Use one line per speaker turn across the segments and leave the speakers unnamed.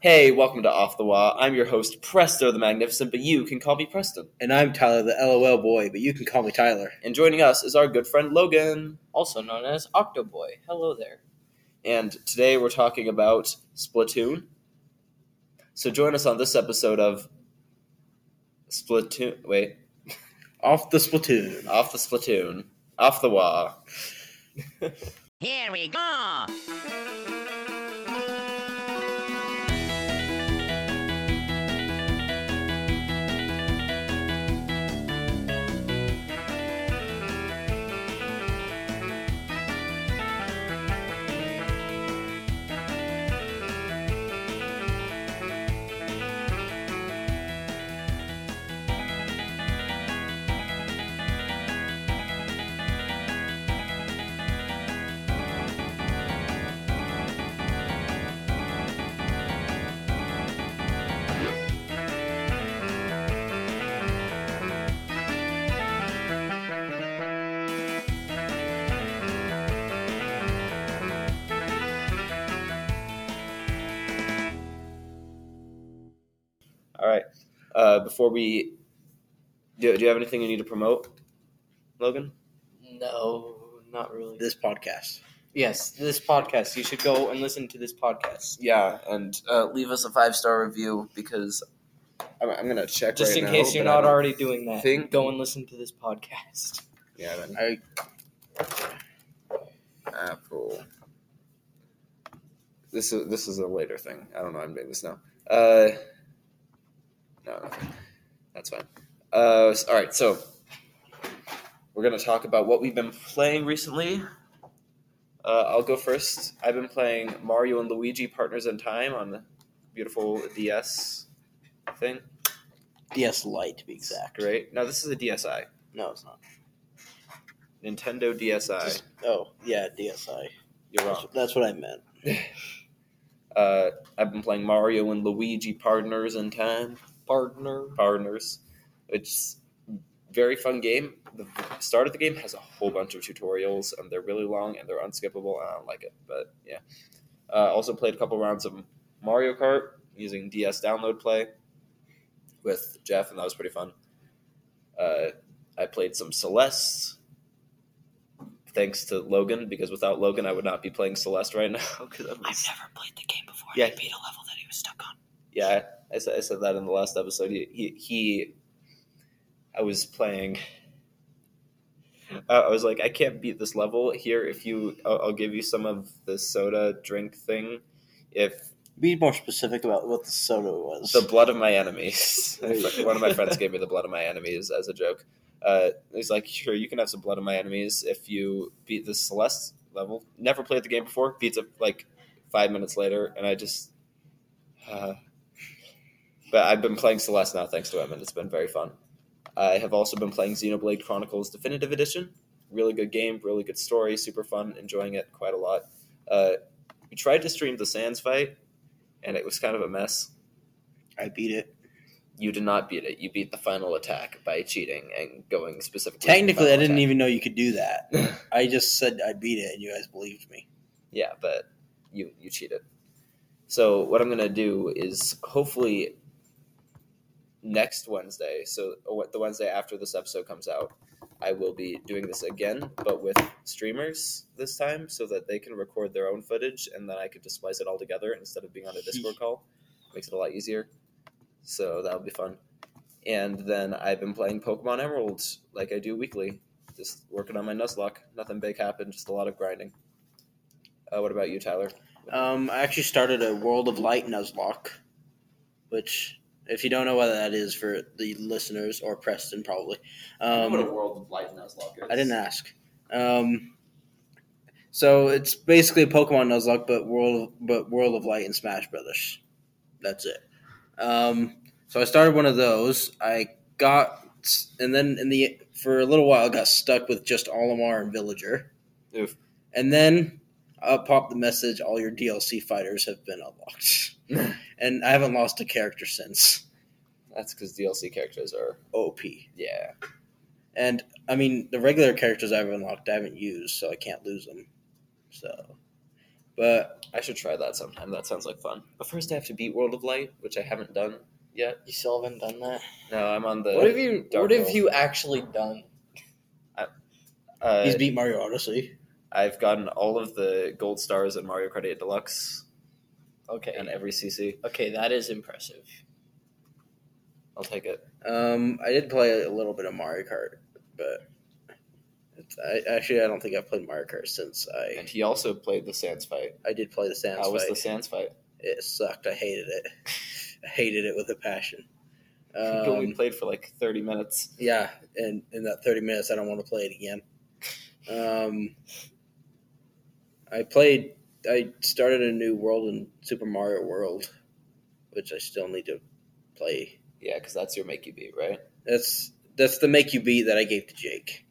Hey, welcome to Off the Wall. I'm your host, Presto the Magnificent, but you can call me Preston.
And I'm Tyler, the LOL boy, but you can call me Tyler.
And joining us is our good friend Logan.
also known as Octoboy. Hello there.
And today we're talking about Splatoon. So join us on this episode of Splatoon. Wait,
Off the Splatoon.
Off the Splatoon. Off the Wall.
Here we go!
All right. Uh, before we. Do, do you have anything you need to promote, Logan?
No, not really.
This podcast.
yes, this podcast. You should go and listen to this podcast.
Yeah, and uh, leave us a five star review because I'm, I'm gonna check
Just
right
in
now,
case you're
but I
not
don't
already doing that,
think-
go and listen to this podcast.
Yeah, then
I,
Apple. Ah, This is this is a later thing. I don't know. I'm doing this now. Uh, no, no, that's fine. Uh, s- all right, so we're gonna talk about what we've been playing recently. Uh, I'll go first. I've been playing Mario and Luigi Partners in Time on the beautiful DS thing.
DS Lite, to be exact.
Great. Now this is a DSi,
No, it's not.
Nintendo DSi.
Oh, yeah, DSi.
You're wrong.
That's, that's what I meant.
Uh, I've been playing Mario and Luigi Partners in Time.
Partner.
Partners, which is very fun game. The start of the game has a whole bunch of tutorials, and they're really long and they're unskippable, and I don't like it. But yeah, uh, also played a couple rounds of Mario Kart using DS download play with Jeff, and that was pretty fun. Uh, I played some Celeste. Thanks to Logan, because without Logan, I would not be playing Celeste right now. 'cause I'm-
I've never played the game before.
Yeah.
I beat a level that he was stuck on.
yeah, I said, I said that in the last episode. He, he, he I was playing. I I was like, I can't beat this level here. If you, I'll, I'll give you some of the soda drink thing, if
Be more specific about what the soda was.
the blood of my enemies.
There you go.
One of my friends gave me the blood of my enemies as a joke. Uh, he's like, sure, you can have some blood of my enemies if you beat this Celeste level. Never played the game before. Beats it like five minutes later, and I just. Uh, but I've been playing Celeste now thanks to him, and it's been very fun. I have also been playing Xenoblade Chronicles Definitive Edition. Really good game, really good story, super fun, enjoying it quite a lot. Uh, we tried to stream the Sans fight, and it was kind of a mess
I beat it.
you did not beat it. You beat the final attack by cheating and going specifically.
Technically, I didn't even know you could do that. I just said I beat it, and you guys believed me.
Yeah, but you you cheated. So what I'm gonna do is hopefully next Wednesday, so what- the Wednesday after this episode comes out, I will be doing this again, but with streamers this time, so that they can record their own footage and then I could just splice it all together instead of being on a Discord call. Makes it a lot easier. So that'll be fun. And then I've been playing Pokemon Emerald like I do weekly, just working on my Nuzlocke. Nothing big happened, just a lot of grinding. Uh, what about you, Tyler?
Um, I actually started a World of Light Nuzlocke, which, if you don't know what that is for the listeners or Preston, probably. Um,
world of light Nuzlocke
I didn't ask. Um, so it's basically Pokemon Nuzlocke, but world but World of Light and Smash Brothers. That's it. Um, so I started one of those. I got and then in the for a little while I got stuck with just Olimar and Villager,
Oof.
and then up popped the message: all your DLC fighters have been unlocked, and I haven't lost a character since
That's because DLC characters are
OP.
yeah.
And I mean, the regular characters I've unlocked, I haven't used, so I can't lose them. So, But
I should try that sometime. That sounds like fun. But first, I have to beat World of Light, which I haven't done yet.
You still haven't done that.
No, I'm on the.
what have you?
Dark
What have
World.
you actually done?
Uh,
he's beat Mario Odyssey.
I've gotten all of the gold stars in Mario Kart 8 Deluxe
Okay.
and every CC.
Okay, that is impressive.
I'll take it.
Um, I did play a little bit of Mario Kart, but it's, I, actually I don't think I've played Mario Kart since I
And he also played the Sans fight.
I did play the Sans
How was
fight.
the Sans fight?
It sucked. I hated it. I hated it with a passion.
we only
Um,
played for like 30 minutes.
yeah, and in that thirty minutes, I don't want to play it again. Um, I played. I started a new world in Super Mario World, which I still need to play.
Yeah, because that's your make you beat, right?
That's that's the make you beat that I gave to Jake.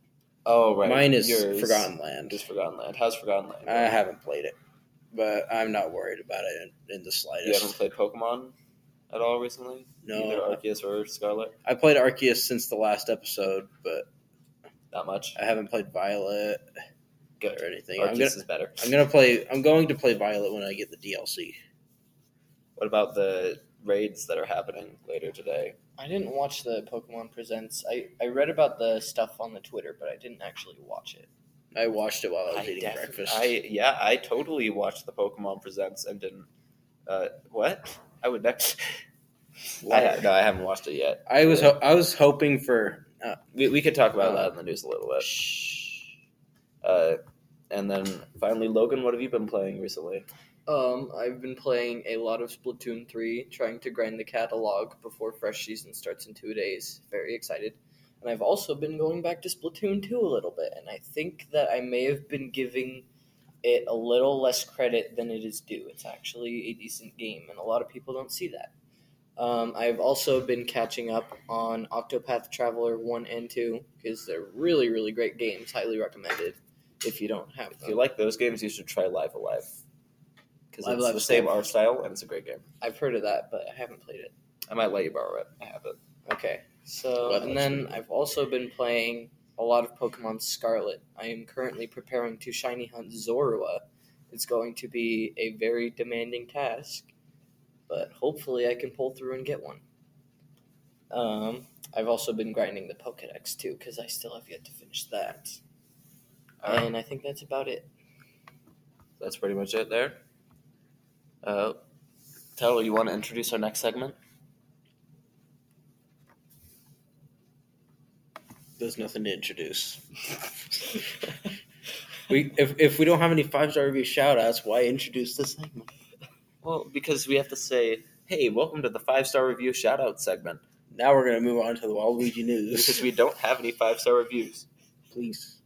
Oh, right.
Mine is
Yours
Forgotten Land.
Is Forgotten Land. How's Forgotten Land?
I haven't played it, but I'm not worried about it in, in the
you haven't
slightest.
played Pokemon at all recently? Either
No,
Arceus or Scarlet?
I played Arceus since the last episode, but
Not much.
I haven't played Violet
Good.
or anything.
Arceus
I'm gonna,
is better.
I'm gonna play. I'm going to play Violet when I get the DLC.
What about the raids that are happening later today?
I didn't watch the Pokemon Presents. I, I read about the stuff on the Twitter, but I didn't actually watch it.
I watched it while I was
I
eating
defi-
breakfast.
I yeah, I totally watched the Pokemon Presents and didn't. Uh, what? I would next. I, ha- no, I haven't watched it yet.
I was ho- I was hoping for. Uh,
We, we could talk about
Uh,
that in the news a little bit. Uh, and then finally, Logan, what have you been playing recently?
Um, I've been playing a lot of Splatoon 3, trying to grind the catalog before fresh season starts in two days. Very excited. And I've also been going back to Splatoon 2 a little bit, and I think that I may have been giving it a little less credit than it is due. It's actually a decent game, and a lot of people don't see that. Um, I've also been catching up on Octopath Traveler 1 and 2 because they're really, really great games. Highly recommended if you don't have
If you
them.
like those games, you should try Live Alive because
Live
it's
Alive
the
is
same
cool.
art style and it's a great game.
I've heard of that, but I haven't played it.
I might let you borrow it. I have it.
Okay. So,
Well,
and
that's
then I've also been playing a lot of Pokemon Scarlet. I am currently preparing to shiny hunt Zorua. It's going to be a very demanding task, but hopefully I can pull through and get one. Um, I've also been grinding the Pokedex too because I still have yet to finish that.
Um,
Alright.
And I think that's about it.
That's pretty much it there. Uh, Tyler, you want to introduce our next segment?
there's nothing to introduce. we if, if we don't have any five star review shout outs, why introduce this segment?
Well, because we have to say, hey, welcome to the five star review shout out segment
Now we're gonna move on to the Waluigi
because
news.
we don't have any five star reviews.
Please,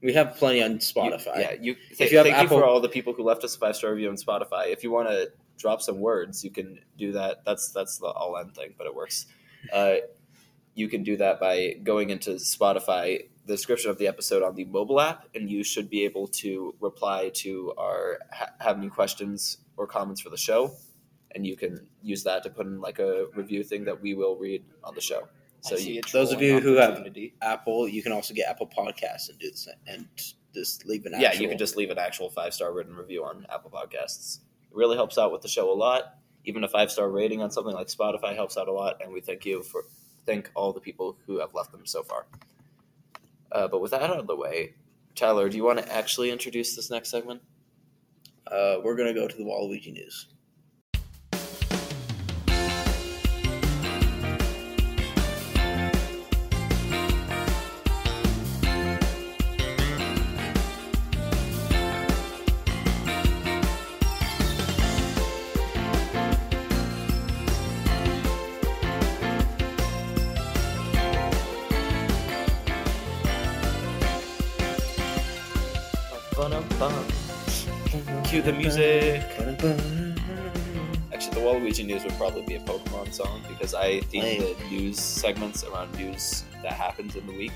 we have plenty on Spotify.
You, yeah, you. Th-
you have
thank you for
Apple-
all the people who left us a five star review on Spotify. If you want to drop some words, you can do that. That's that's the all end thing, but it works. Uh, you can do that by going into Spotify, the description of the episode on the mobile app, and you should be able to reply to our ha- have any questions or comments for the show, and you can use that to put in like a review thing that we will read on the show.
I
So
see
you,
a
those of
trolling
you who have-
opportunity.
Apple, you can also get Apple Podcasts and do this and just leave an
yeah,
actual-
you can just leave an actual five star written review on Apple Podcasts. It really helps out with the show a lot. Even a five star rating on something like Spotify helps out a lot, and we thank you for thank all the people who have left them so far. Uh, but with that out of the way, Tyler, do you want to actually introduce this next segment?
uh, we're gonna go to the Waluigi news.
Cue the music.
Ba-da-ba-da-ba.
Actually, the Waluigi news would probably be a Pokemon song because I theme
Lame.
the news segments around news that happens in the week.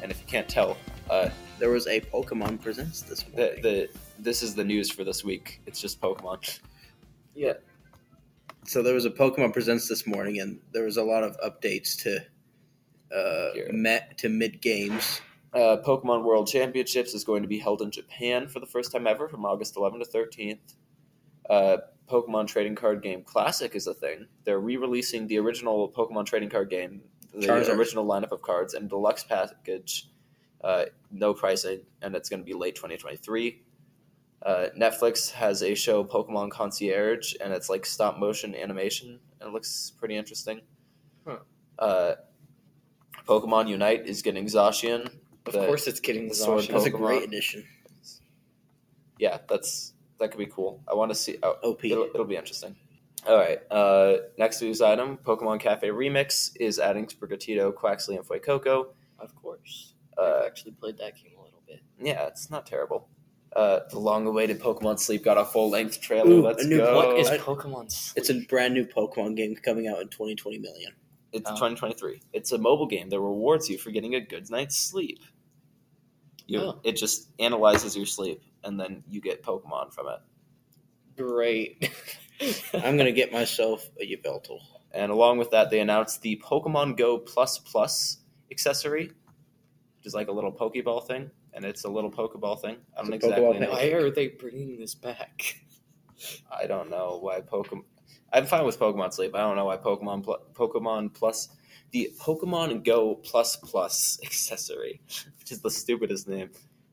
And if you can't tell, uh,
There was a Pokemon Presents this
the,
morning.
the this is the news for this week. It's just Pokemon.
so there was a Pokemon Presents this morning, and there was a lot of updates to uh,
Here.
met to mid games.
Uh, Pokemon World Championships is going to be held in Japan for the first time ever from August 11 to 13th. Uh, Pokemon Trading Card Game Classic is a thing. They're re releasing the original Pokemon Trading Card Game, the
Charizard.
original lineup of cards, and deluxe package, uh, no pricing, and it's going to be late 2023. Uh, Netflix has a show, Pokemon Concierge, and it's like stop motion animation, and it looks pretty interesting.
Huh.
Uh, Pokemon Unite is getting Zacian.
Of
The-
course, it's getting
the sword
Zacian.
That's a
Pokemon.
great addition.
yeah, that's that could be cool. I want to see. Oh,
OP.
it'll, it'll be interesting. All right. Uh, next news item: Pokemon Cafe Remix is adding Sprigatito, Quaxley, and Fuecoco.
Of course, I've
Uh,
actually played that game a little bit.
yeah, it's not terrible. Uh, the long-awaited Pokemon Sleep got a full-length trailer.
Ooh,
Let's
a new-
go.
what
What is
I-
Pokemon? Sleep?
It's a brand new Pokemon game coming out in 2020 million.
It's
Oh.
2023. It's a mobile game that rewards you for getting a good night's sleep. You,
Oh.
It just analyzes your sleep, and then you get Pokemon from it.
great.
I'm gonna get myself a Yveltal.
And along with that, they announced the Pokemon Go Plus Plus accessory, which is like a little Pokeball thing, and it's a little Pokeball thing. I don't
It's a Pokeball
exactly know.
Why are they bringing this back?
I don't know why Pokemon. I'm fine with Pokemon Sleep. I don't know why Pokemon Pl- Pokemon Plus, the Pokemon Go Plus Plus accessory, which is the stupidest name.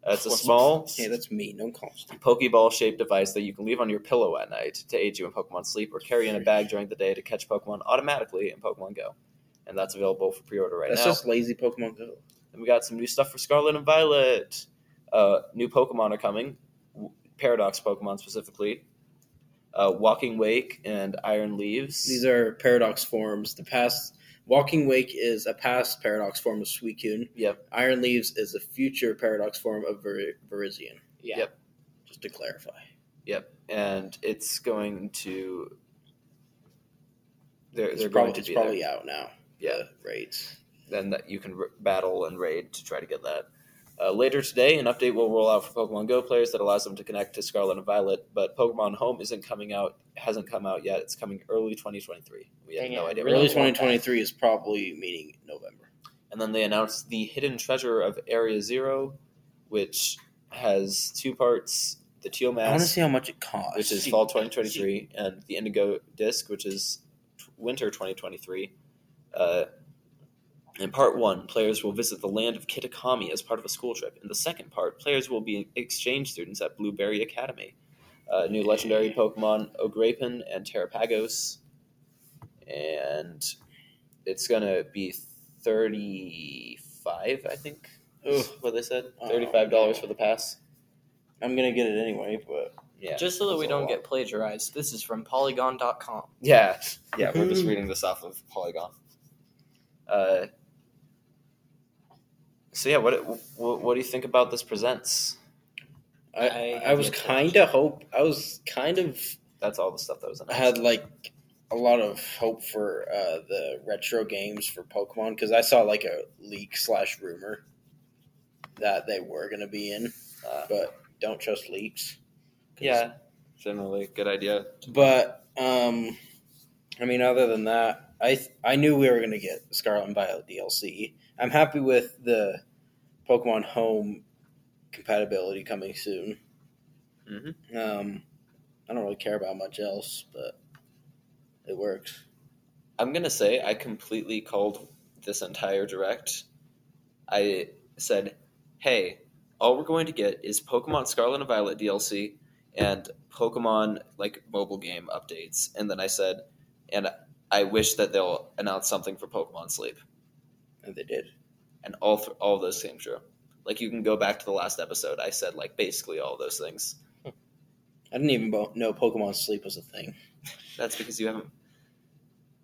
Uh, it's a
Plus
small
Hey, that's me. No cost.
Pokeball-shaped device that you can leave on your pillow at night to aid you in Pokemon sleep, or carry in a bag during the day to catch Pokemon automatically in Pokemon Go. And that's available for pre-order right
That's
now.
just lazy Pokemon Go.
And we got some new stuff for Scarlet and Violet. Uh, new Pokemon are coming, w- Paradox Pokemon specifically. Uh, Walking Wake and Iron Leaves.
These are paradox forms. The past Walking Wake is a past paradox form of Suicune.
Yep.
Iron Leaves is a future paradox form of Ver- Virizion.
Yeah.
Yep.
Just to clarify.
Yep, and it's going to. They're,
It's,
they're
prob-
going to
it's
be there.
probably out now.
Yeah.
Rates.
then that you can r- battle and raid to try to get that. Uh, later today, an update will roll out for Pokemon Go players that allows them to connect to Scarlet and Violet. But Pokemon Home isn't coming out; hasn't come out yet. It's coming early 2023. We have
Dang it,
no
I
idea. when
Early
it'll roll out.
2023 is probably meaning November.
And then they announced the hidden treasure of Area Zero, which has two parts: the teal
I want to
mask,
see how much it costs.
which is fall 2023, and the indigo disc, which is t- winter 2023. Uh, in part one, players will visit the land of Kitakami as part of a school trip. In the second part, players will be exchange students at Blueberry Academy. Uh, new legendary Pokemon Ograpin and Terrapagos, and it's gonna be thirty-five, I think.
Ugh,
What they said,
Oh,
thirty-five dollars
no.
for the pass.
I'm gonna get it anyway, but
Yeah.
Just so that
that's
we
a
don't
lot.
get plagiarized, this is from Polygon.com.
Yeah, yeah, we're just reading this off of Polygon. Uh, so yeah, what, what what do you think about this presents?
I
I
I,
have
was
no
kind of hope I was kind of
That's all the stuff that was in
I had like a lot of hope for uh, the retro games for Pokemon because I saw like a leak slash rumor that they were gonna be in,
Uh,
but don't trust leaks. 'Cause-
yeah, generally good idea.
But um, I mean, other than that, I th- I knew we were gonna get Scarlet and Violet DLC. I'm happy with the Pokemon Home compatibility coming soon.
Mhm.
Um, I don't really care about much else, but it works.
I'm gonna say I completely called this entire direct. I said, "Hey, all we're going to get is Pokemon Scarlet and Violet DLC and Pokemon like mobile game updates." And then I said, "And I wish that they'll announce something for Pokemon Sleep."
And they did.
and all th- all of those came true. Like you can go back to the last episode. I said like basically all those things.
I didn't even bo- know Pokemon Sleep was a thing.
That's because you haven't.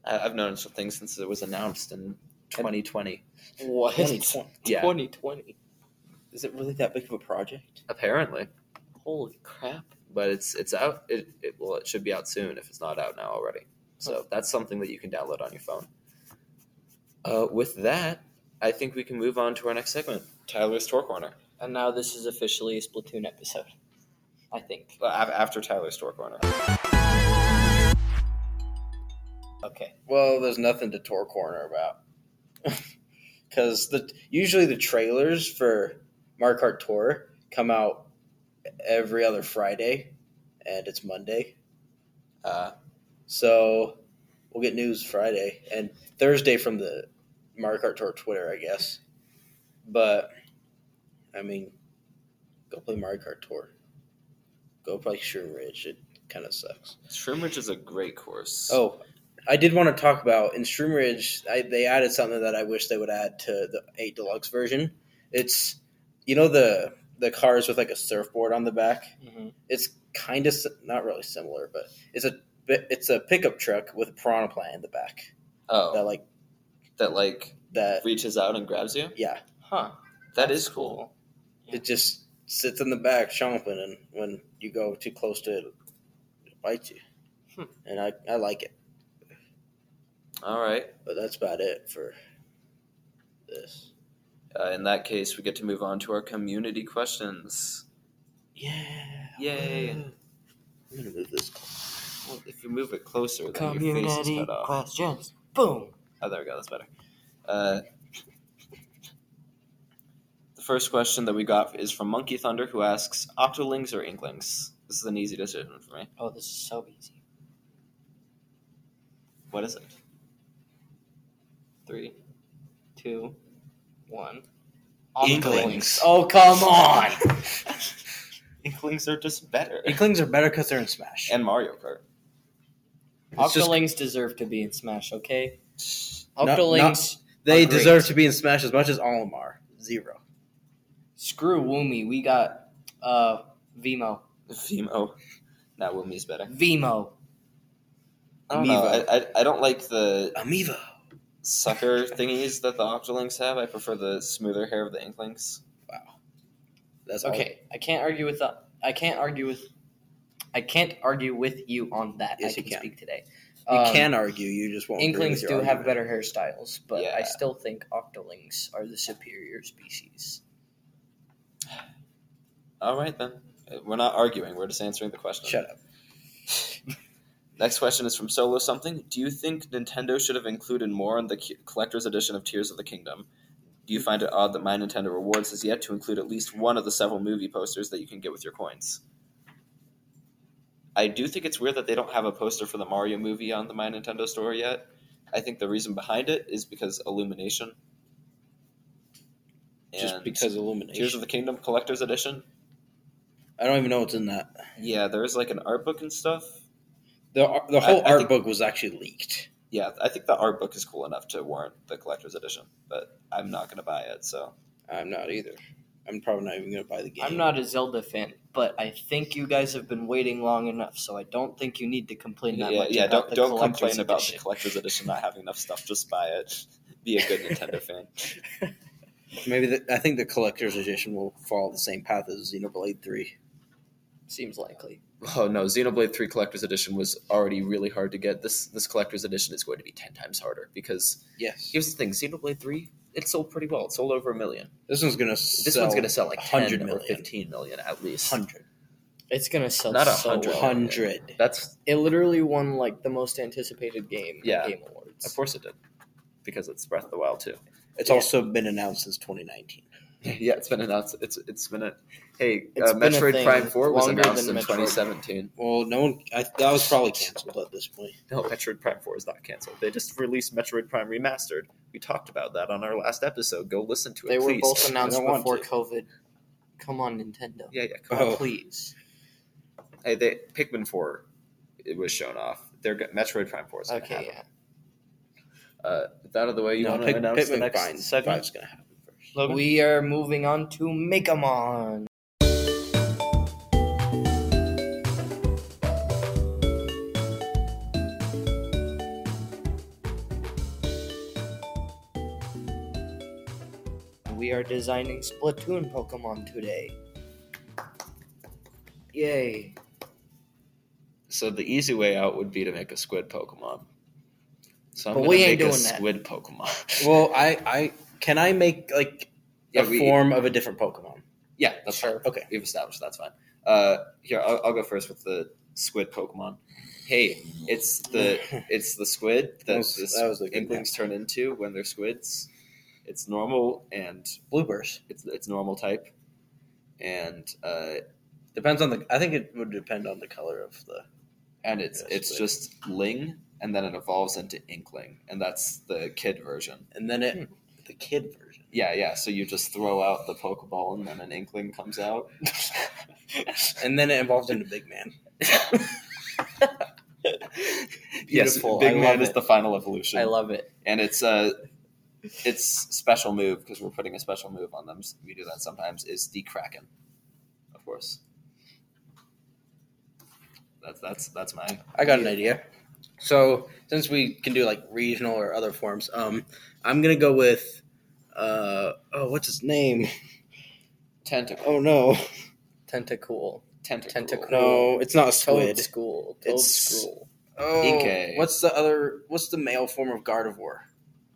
I, I've known some things since it was announced in 2020.
What?
2020.
Yeah,
2020.
Is it really that big of a project?
apparently,
Holy crap.
but it's it's out. It, it well, it should be out soon if it's not out now already. So that's something that you can download on your phone. Uh, with that, I think we can move on to our next segment, Tyler's Tour Corner.
And now this is officially a Splatoon episode. I think.
Well, uh, af- after Tyler's Tour Corner.
Okay.
Well, there's nothing to Tor Corner about. because the usually the trailers for Mario Kart Tour come out every other Friday, and it's Monday,
Uh,
so we'll get news Friday and Thursday from the Mario Kart Tour Twitter, I guess. But I mean, go play Mario Kart Tour. Go play Sure Ridge. It kind of sucks.
Shroomridge is a great course.
Oh, I did want to talk about in Shroom Ridge. I, they added something that I wish they would add to the eight deluxe version. It's you know the the cars with like a surfboard on the back.
Mhm.
It's kind of not really similar, but it's a bit- it's a pickup truck with a piranha plant in the back
oh,
that like
that like
that.
reaches out and grabs you.
Yeah,
Huh.
That is cool.
it just sits in the back chomping, and when you go too close to it, it bites you.
Hmm.
And I I like it,
All right.
but that's about it for this.
Uh, in that case, we get to move on to our community questions.
Yeah.
Yay!
I'm gonna move this.
Well, if you move it closer, then your face is cut off.
questions. Boom.
Oh, there we go. That's better. Uh, the first question that we got is from Monkey Thunder, who asks Octolings or Inklings? This is an easy decision for me.
Oh, this is so easy.
What is it? Three.
Two, one.
Inklings.
Oh, come on.
Inklings are just better.
Inklings are better because they're in Smash.
And Mario Kart.
It's just-
Octolings deserve to be in Smash, okay?
No- not-
Octolings,
they
are great.
deserve to be in Smash as much as Olimar. Zero.
screw Woomy. We got uh Vimo.
Vimo. Now Wumi's better.
Vimo.
I don't know.
Amiibo.
I, I, I don't like the
Amiibo.
sucker thingies that the Octolings have. I prefer the smoother hair of the Inklings.
That's all-
Okay, I can't argue with that. I can't argue with. I can't argue with you on that.
Yes,
I
you
can,
can.
speak today.
you
Um,
can argue. You just won't. agree
Inklings
with
do
your
have
argument.
better hairstyles, but I
Yeah.
still think Octolings are the superior species.
All right, then. Uh, We're not arguing. We're just answering the question.
Shut up.
Next question is from Solo Something. Do you think Nintendo should have included more in the cu- collector's edition of Tears of the Kingdom? Do you find it odd that My Nintendo Rewards has yet to include at least one of the several movie posters that you can get with your coins? I do think it's weird that they don't have a poster for the Mario movie on the My Nintendo store yet. I think the reason behind it is because Illumination.
Just
And
because Illumination.
Tears of the Kingdom Collector's Edition.
I don't even know what's in that.
Yeah, there is like an art book and stuff.
The ar- the whole
I
art
think-
book was actually leaked.
yeah, I think the art book is cool enough to warrant the collector's edition, but I'm not going to buy it. So
I'm not either. I'm probably not even gonna buy the game.
I'm not a Zelda fan, but I think you guys have been waiting long enough, so I don't think you need to complain that
yeah,
much.
yeah,
about
don't
the
don't
collector's
complain about the
edition.
collector's edition not having enough stuff. Just buy it. Be a good Nintendo fan.
Maybe the, I think the collector's edition will follow the same path as Xenoblade Three.
Seems likely.
Oh no, Xenoblade Three Collector's Edition was already really hard to get. This this collector's edition is going to be ten times harder because
Yes.
here's the thing: Xenoblade Three it sold pretty well. It sold over a million.
This one's gonna.
This one's going to sell like
100
ten or
million.
fifteen million at least.
hundred.
It's gonna sell
Not a
so
hundred.
well.
Hundred.
That's
It literally won like the most anticipated game. at
Yeah.
Game Awards.
of course it did because it's Breath of the Wild too.
It's
Yeah.
also been announced since 2019.
Yeah, it's been announced. It's it's been a hey.
It's
uh,
been a
Metroid
thing
Prime Four was
longer
announced in
than Metroid.
2017.
Well, no one. I, that was probably canceled at this point.
No, Metroid Prime Four is not canceled. They just released Metroid Prime Remastered. We talked about that on our last episode. Go listen to it.
They were
please.
both announced
don't want
before
to.
COVID. Come on, Nintendo.
Yeah, yeah. Come
Oh.
on.
Please.
Hey, they, Pikmin Four, it was shown off. They're go- Metroid Prime Four is gonna
Okay,
happen.
yeah.
Uh, with that out of the way, you want to
Pit-
announce the
Pitman
next
Vine-
segment?
Vine's gonna happen first.
Logan?
We are moving on to Megamon. We are designing Splatoon Pokemon today. Yay.
So the easy way out would be to make a squid Pokemon. So I'm
But
gonna
we
make
ain't
a
doing that.
squid Pokemon.
Well, I, I can I make like
Yeah,
a
we-
form of a different Pokemon.
Yeah, that's
Sure.
fine. Okay, we've established that's fine. Uh, here, I'll, I'll go first with the squid Pokemon. Hey, it's the it's the squid that
was-
the
that was a good
inklings turn into when they're squids. It's normal and
Bloopers.
it's it's normal type, and uh,
Depends on the. I think it would depend on the color of the.
and it's
Yes,
it's
but-
just Ling, and then it evolves into Inkling, and that's the kid version.
And then
Hmm.
it. The kid version.
Yeah, yeah. So you just throw out the Pokeball, and then an Inkling comes out.
And then it evolves into Big Man.
Beautiful.
Yes, Big
I
Man
love
is
it.
the final evolution.
I love it.
and it's uh it's special move because we're putting a special move on them. We do that sometimes. Is the Kraken, of course. That's that's that's mine.
I got an idea. So since we can do like regional or other forms, um, I'm gonna go with, uh, oh, what's his name?
Tentacle.
Oh no,
Tentacool.
Tentacle.
Tentacle.
no, it's not a
Toad
squid.
school. Toad
It's-
school.
Oh,
Inkay.
what's the other? What's the male form of Gardevoir?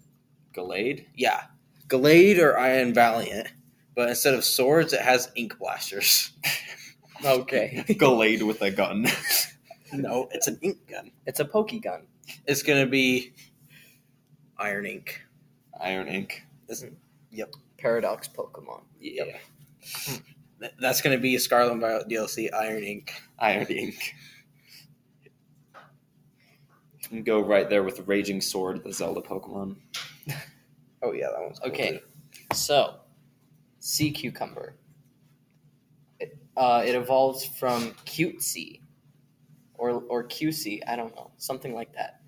Gallade.
Yeah, Gallade or Iron Valiant, but instead of swords, it has ink blasters.
Okay.
Gallade with a gun.
no, it's an ink gun.
it's a Pokegun.
It's gonna be Iron Ink.
Iron Ink.
Paradox Pokemon.
Yeah.
Th- That's gonna be Scarlet and Violet DLC Iron Ink.
Iron Ink. And Go right there with Raging Sword, the Zelda Pokemon.
Oh yeah, that one's cool, too.
Okay. So, sea cucumber. It, uh, it evolves from cutesy, or or QC. I don't know, something like that.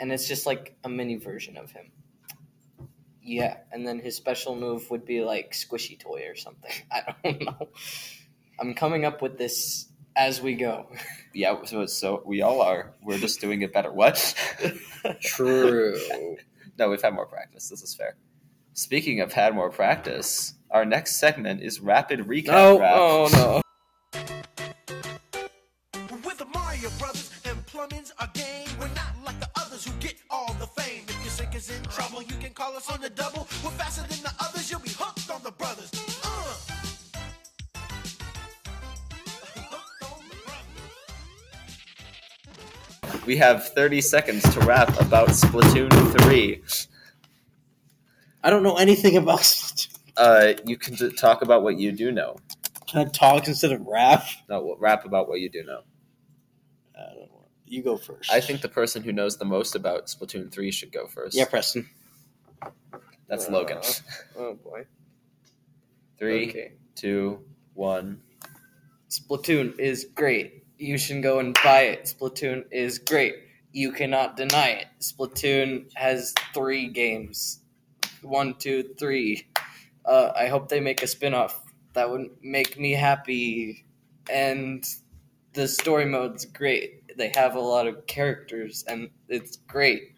And it's just like a mini version of him. Yeah, and then his special move would be like squishy toy or something. I don't know. I'm coming up with this as we go.
Yeah, so so we all are. We're just doing it better. What?
True.
No, we've had more practice. This is fair. Speaking of had more practice, our next segment is rapid recap. rap.
no.
With the Mario Brothers and plumbing's a game. We're not like the others who get all the fame. If your sink is in trouble, you can call us on the double. We're faster than the others, you'll be hooked on the brothers. Uh. Hooked on the brothers.
We have 30 seconds to rap about Splatoon 3.
I don't know anything about Splatoon.
Uh, you can t- talk about what you do know.
Can I talk instead of rap?
No, well, rap about what you do know.
I don't know. You go first.
I think the person who knows the most about Splatoon 3 should go first.
Yeah, Preston.
That's Logan.
Uh, Oh boy.
Three,
Okay.
two, one.
Splatoon is great. You should go and buy it. Splatoon is great. You cannot deny it. Splatoon has three games. One, two, three. Uh, I hope they make a spin off. That would make me happy. And the story mode's great. They have a lot of characters, and it's great.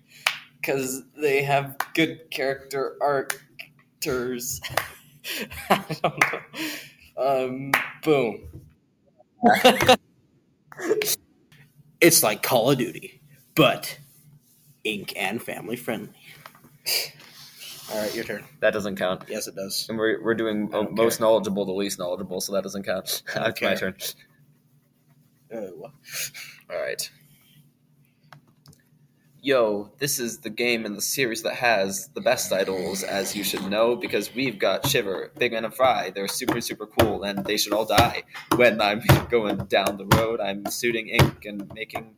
Because they have good character arctors. I don't know. Um, boom.
It's like Call of Duty, but ink and family friendly. All right, your turn.
That doesn't count.
Yes, it does.
And we're, we're doing uh,
I don't
most knowledgeable to least knowledgeable, so that doesn't count.
don't
it's my
care.
turn.
Oh,
All right. Yo, this is the game in the series that has the best idols, as you should know, because we've got Shiver, Big Man, and Fry. They're super, super cool, and they should all die. When I'm going down the road, I'm shooting ink and making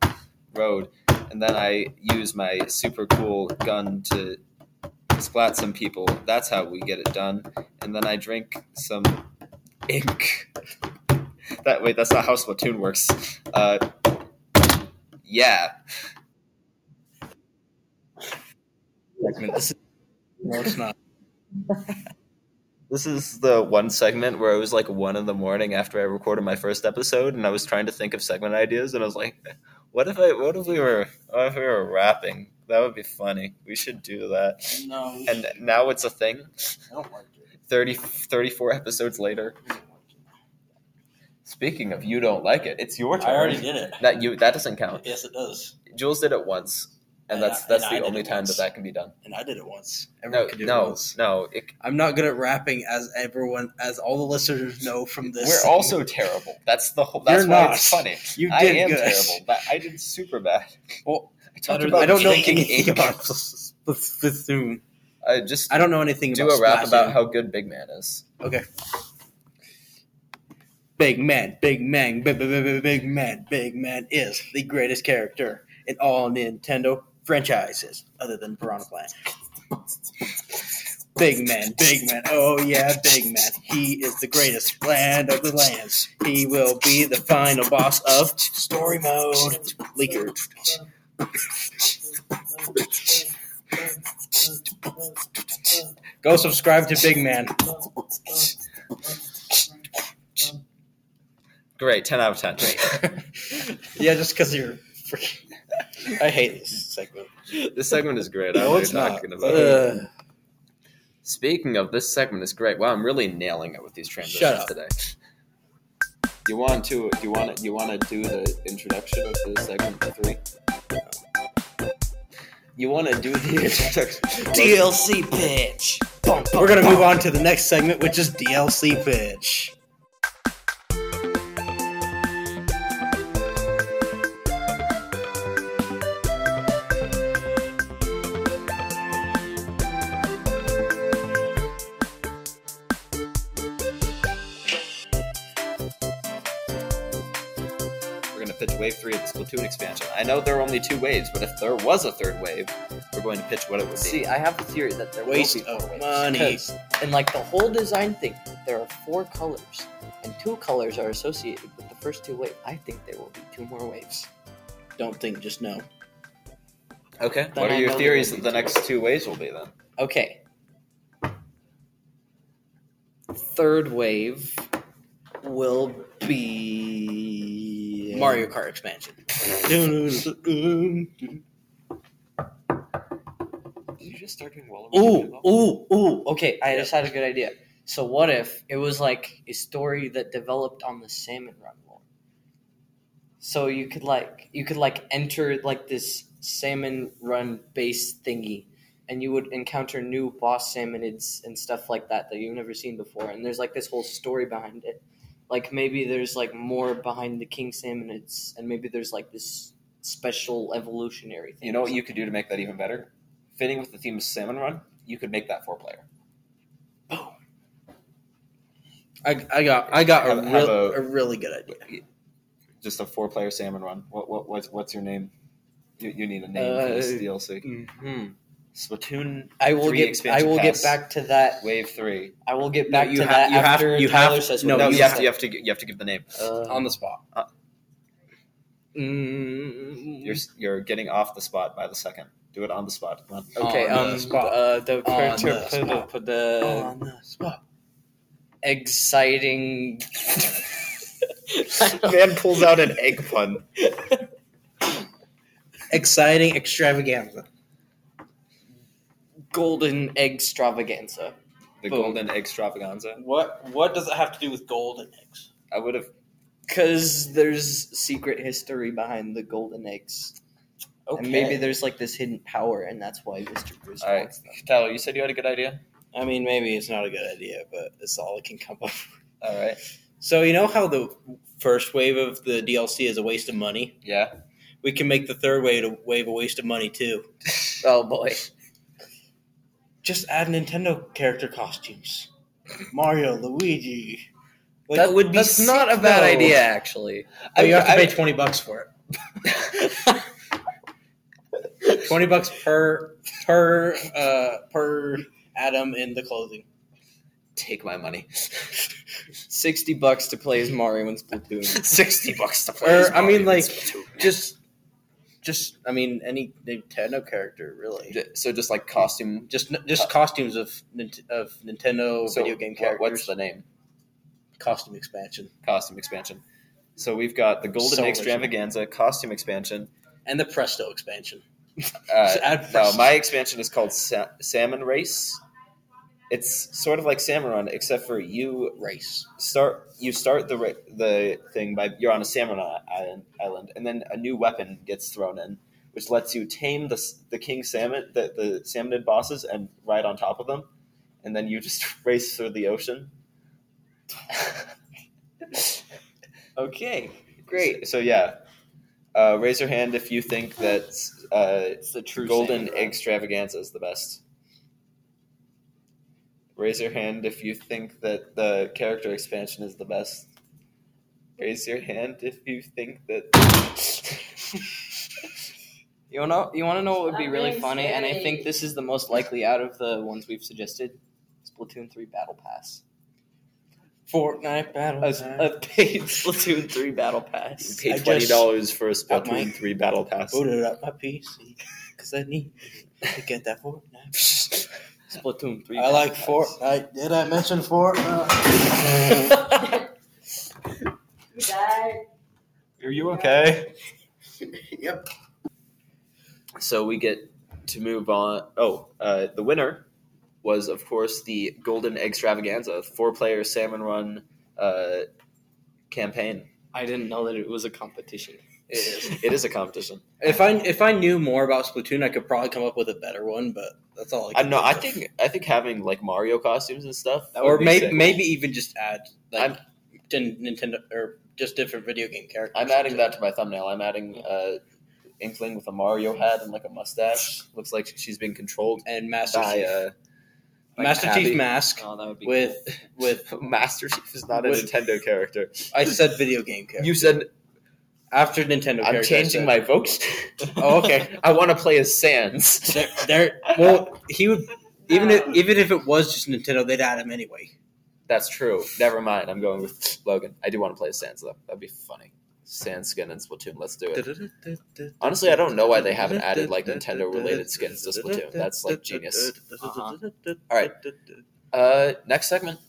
road, and then I use my super cool gun to splat some people. That's how we get it done. And then I drink some ink. that wait, that's not how Splatoon works. Uh, yeah. Segment. This,
no, it's not.
this is the one segment where it was like one in the morning after I recorded my first episode, and I was trying to think of segment ideas, and I was like, "What if I? What if we were? What if we were rapping? That would be funny. We should do that."
No,
And now it's a thing.
I don't like it.
30, 34 episodes later. Speaking of you don't like it, it's your turn.
I already did it.
That you that doesn't count.
Yes, it does.
Jules did it once, and
And
that's
I-
that's
and I
the
did
only
it
time
once.
that that can be done.
And I did it once. Everyone
No,
could do it
no,
once.
no. It,
I'm not good at rapping, as everyone, as all the listeners know from this.
We're also terrible. That's the whole. That's
You're
why
not.
it's funny.
You
I
did
am
good.
terrible. But I did super bad.
Well,
I
I
talked
don't,
about
I don't know
drinking
anything
ink.
about Spl- Spl- Splatoon.
I just
I don't know anything
do
about
a rap
Splatoon.
about how good Big Man is.
Okay. Big man, big man, big, big, big, big man, big man is the greatest character in all Nintendo franchises, other than Piranha Plant. Big man, big man, oh yeah, big man. He is the greatest land of the lands. He will be the final boss of story mode. Leaker. Go subscribe to Big Man.
Great, ten out of ten.
Yeah, just because you're freaking. I hate this segment.
this segment is great. I know you're talking about it.
Ugh.
Uh,
Speaking of, this segment is great. Wow, I'm really nailing it with these transitions
Shut up.
today. You want to? Do you want to? You want to do the introduction of the segment three? You want to do the introduction?
DLC pitch. Bum, bum,
We're gonna
bum.
move on to the next segment, which is DLC pitch.
We're gonna pitch wave three of the Splatoon expansion. I know there are only two waves, but if there was a third wave, we're going to pitch what it would be.
See, I have a theory that there
Waste
will be four
of
waves.
money.
'Cause In like the whole design thing, there are four colors, and two colors are associated with the first two waves. I think there will be two more waves.
Don't think, just know.
Okay.
Then
What are
I
your
know there
theories that
will be
the
two
next two waves will be then?
Okay. Third wave will be
Mario Kart expansion.
Did you just start doing
Ooh, ooh, ooh. Okay, I just had a good idea. So what if it was like a story that developed on the salmon run lore? So you could like you could like enter like this salmon run base thingy and you would encounter new boss salmonids and stuff like that that you've never seen before and there's like this whole story behind it. Like maybe there's like more behind the king salmonids and maybe there's like this special evolutionary thing.
You know what you could do to make that even better? Fitting with the theme of Salmon Run, you could make that four player.
I, I got, I got
Have-
a,
have
real,
a-
a really good idea.
Just a four player Salmon Run. What what what's what's your name? You, you need a name for this
Uh,
DLC.
hmm
Splatoon
I will
Three
get. I
expansion
will
pass.
get back to that.
Wave Three.
I will get
No,
back
you
to
have-
that
you have-
after
you have-
Tyler says
no,
what
No,
he
you have to
said.
you have to you have to give the name.
Uh,
On the spot.
mm,
You're you're getting off the spot by the second. Do it on the spot. Come on.
okay.
on the
um.
spot.
Uh,
On
the
the
character-
spot.
the, the
on the spot.
exciting.
Man pulls out an egg pun.
Exciting extravaganza.
golden extravaganza.
The
Boom.
golden extravaganza.
What, what does it have to do with gold and eggs?
I would have
Cause there's secret history behind the golden eggs, and maybe there's like this hidden power, and that's why Mr. Bruce
All right.
wants them.
Tyler, you said you had a good idea?
I mean, maybe it's not a good idea, but it's all it can come up.
Alright.
So you know how the first wave of the DLC is a waste of money.
Yeah.
We can make the third wave a, wave a waste of money too.
Oh boy.
Just add Nintendo character costumes, Mario, Luigi. Like,
That would be. That's not a bad
though.
idea, actually.
Oh, you have to
I-
pay twenty bucks for it. twenty bucks per per uh, per atom in the clothing.
Take my money.
Sixty bucks to play as Mario in Splatoon.
Sixty bucks to
Or,
as
I
Mario.
mean, like, Just, just I mean, any Nintendo character really.
J- so just like costume.
Just just costumes of Nint- of Nintendo
So
video game
what-
characters.
what's the name?
costume expansion?
Costume expansion. So we've got the Golden
So much.
Extravaganza costume expansion.
And the Presto expansion.
Uh,
add
no,
first.
my expansion is called Sa- Salmon Race. It's sort of like Salmon Run, except for you
Race.
start you start the ri- the thing by you're on a salmon i- island, island and then a new weapon gets thrown in which lets you tame the s- the king salmon the, the salmonid bosses and ride on top of them and then you just race through the ocean
okay, great.
so yeah uh, raise your hand if you think that uh,
It's the true
golden
samurai.
extravaganza is the best Raise your hand if you think that the character expansion is the best. Raise your hand if you think that.
You wanna you wanna know what would be
I'm
really
really
funny? And I think
scary.
this is the most likely out of the ones we've suggested. Splatoon three battle pass.
Fortnite battle.
A, a paid Splatoon three battle
You
pass.
pay
I
twenty
just-
dollars for a
Got
Splatoon
my-
three battle pass.
booted up my PC because I need to get that Fortnite.
Splatoon three.
I
battle
like
pass.
Fortnite. Did I mention Fortnite?
You died.
Are you okay?
Yep.
So we get to move on. Oh, uh, the winner was, of course, the Golden Extravaganza, four-player salmon run uh, campaign.
I didn't know that it was a competition.
It is a competition.
If I if I knew more about Splatoon, I could probably come up with a better one. But that's all. I,
I
can
know. I
think of.
think I think having like Mario costumes and stuff, that
or
would be
maybe
sick.
maybe even just add like Tin- Nintendo or just different video game characters.
I'm adding that to my thumbnail. I'm adding uh, Inkling with a Mario hat and like a mustache. Looks like she's being controlled
and Master
by
Chief.
uh, by
Master
Abby.
Chief mask
Oh, that would be
with with
Master Chief is not a
With-
Nintendo character.
I said video game character
You said
after Nintendo.
I'm
character, I
changing
said-
my votes.
Oh, okay.
I want to play as Sans.
There, there. Well, he would even if, even if it was just Nintendo, they'd add him anyway.
That's true. Never mind. I'm going with Logan. I do want to play as Sans though. That'd be funny. Sans skin and Splatoon. Let's do it. Honestly, I don't know why they haven't added like Nintendo related skins to Splatoon. That's like genius. All right. Uh, next segment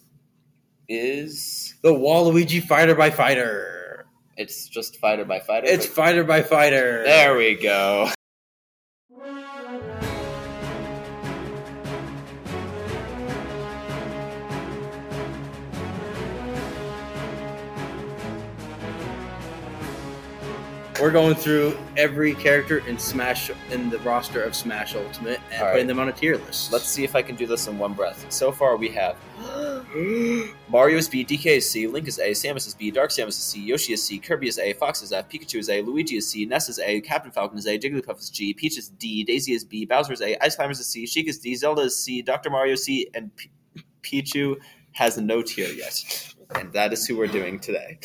is
The Waluigi fighter by fighter.
it's just fighter by fighter.
It's fighter by fighter.
there we go.
We're going through every character in Smash in the roster of Smash Ultimate and
All right.
putting them on a tier list.
Let's see if I can do this in one breath. So far, we have Mario is B, DK is C, Link is A, Samus is B, Dark Samus is C, Yoshi is C, Kirby is A, Fox is F, Pikachu is A, Luigi is C, Ness is A, Captain Falcon is A, Jigglypuff is G, Peach is D, Daisy is B, Bowser is A, Ice Climbers is C, Sheik is D, Zelda is C, Dr. Mario is C, and P- Pichu has no tier yet. And that is who we're doing today.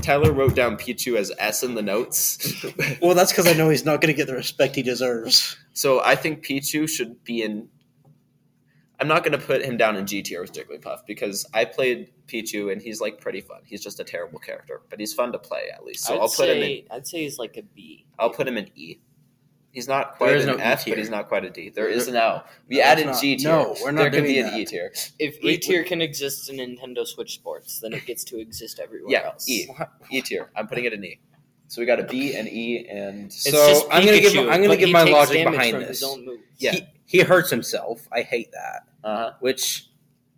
Tyler wrote down Pichu as S in the notes.
Well, that's because I know he's not going to get the respect he deserves.
So I think Pichu should be in. I'm not going to put him down in G tier with Jigglypuff because I played Pichu and he's like pretty fun. He's just a terrible character, but he's fun to play at least. So
I'd
will put him
say,
in.
I'd say he's like a B.
I'll put him in E. He's not quite
is
an
no E
F,
tier.
but he's not quite a D. There is an O. We
No,
added
there's not.
G tier.
No, we're not
There could
doing
be
that.
an E tier.
If
We-
E tier can exist in Nintendo Switch Sports, then it gets to exist everywhere
Yeah,
else.
E. E tier. I'm putting it in E. So we got a B and E and
It's
So,
just
I'm gonna give-
Pikachu,
I'm gonna
but
give
he
my
takes
logic
damage
behind
from
this.
His own moves.
yeah.
He, he hurts himself. I hate that.
uh-huh.
Which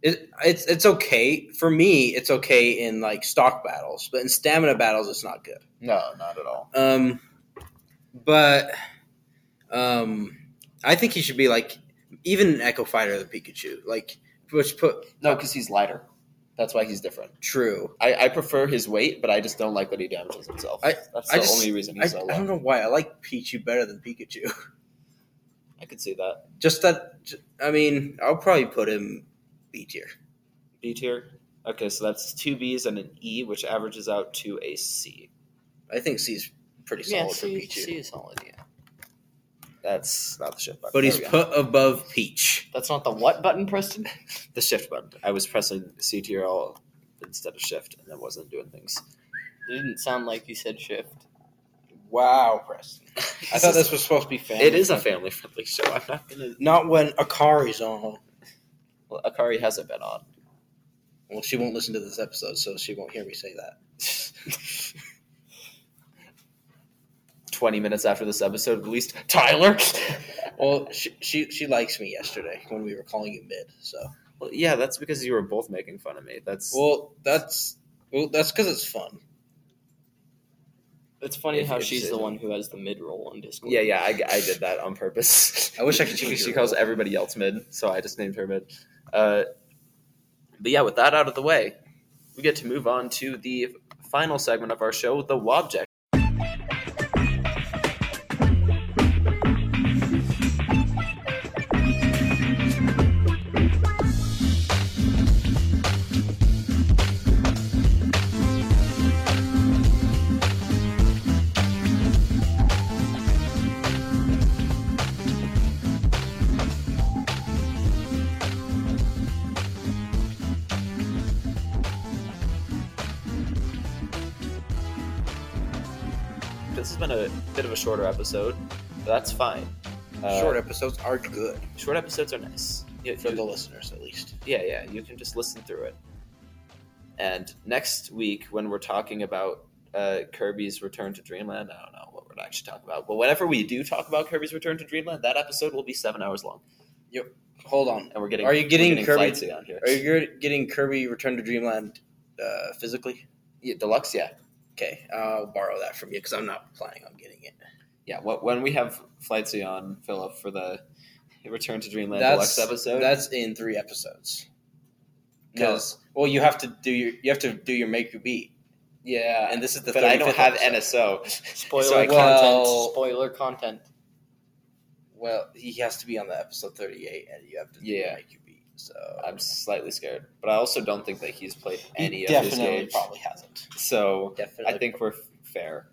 is it's it's okay for me. It's okay in like stock battles, but in stamina battles, it's not good.
No, not at all.
Um, but um, I think he should be like even an Echo Fighter, the Pikachu, like which put
No, because he's lighter. That's why he's different.
true.
I, I prefer his weight, but I just don't like that he damages himself.
I-
That's
I
the
just-
only reason
I,
he's so
I
low.
don't know why I like Pichu better than Pikachu.
I could see that.
Just that I mean, I'll probably put him B tier.
B tier. Okay, so that's two Bs and an E, which averages out to a C.
I think C's pretty solid
Yeah,
for
C,
Pichu,
C is solid. Yeah,
That's not the shift button.
but
There
he's
we go.
put above Peach.
that's not the what button, Preston.
the shift button. I was pressing C tier all instead of shift, and that wasn't doing things.
It didn't sound like you said shift.
Wow, Preston! I thought
This
this was supposed to be family.
It is a family friendly show. I'm not gonna.
not when Akari's on.
Well, Akari hasn't been on.
Well, she won't listen to this episode, so she won't hear me say that.
20 minutes after this episode released, Tyler!
Well, she, she she likes me yesterday when we were calling you mid. So
well, yeah, that's because you were both making fun of me. That's.
well, that's well, that's because it's fun.
It's funny
If-
how
if
she's
it's-
the one who has the mid roll on Discord.
Yeah, yeah, I, I did that on purpose.
I wish I could
She,
change
she
your
calls
role.
everybody else mid, so I just named her mid. Uh, but yeah, with that out of the way, we get to move on to the final segment of our show, the Wobject. been a bit of a shorter episode, but that's fine. Uh,
Short episodes are good
short episodes are nice. You-
for
you-
the listeners, at least.
yeah, yeah, you can just listen through it. And next week, when we're talking about uh, Kirby's Return to Dreamland, I don't know what we're actually talking about, but whenever we do talk about Kirby's Return to Dreamland, that episode will be seven hours long,
Hold on.
and we're getting
Are you
we're
getting Kirby-
flights down here?
Are you g- getting Kirby Return to Dreamland uh, physically?
yeah, deluxe? Yeah,
Okay, I'll borrow that from you because I'm not planning on getting it.
yeah. What when we have flights on Philip for the Return to Dreamland
That's
deluxe episode?
That's in three episodes.
No.
Because well, you have to do your you have to do your make your beat,
yeah,
and this is the.
but I don't
35th
have
episode.
NSO.
Spoiler
So I
content.
can't-
Well-
Spoiler content.
Well, he has to be on the episode thirty-eight, and you have to do your
Yeah.
make your beat. So
I'm slightly scared, but I also don't think that he's played
he
any of his
definitely
games.
probably hasn't.
So
Definitely,
I think we're f- fair.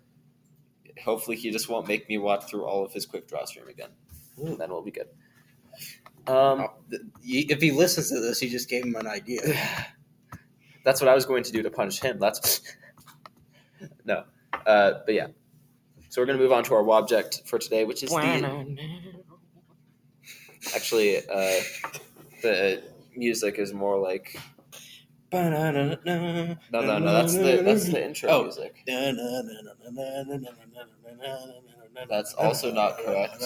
Hopefully, he just won't make me watch through all of his quick draw stream again. And then we'll be good. Um,
Oh, th- you- if he listens to this, you just gave him an idea.
that's what I was going to do to punish him. That's no, uh, but yeah. So we're gonna move on to our object for today, which is the, actually uh, the music is more like
Ba-na-na-na-na.
no, no, no. That's the that's the intro
Oh.
music. That's
That's
also not correct.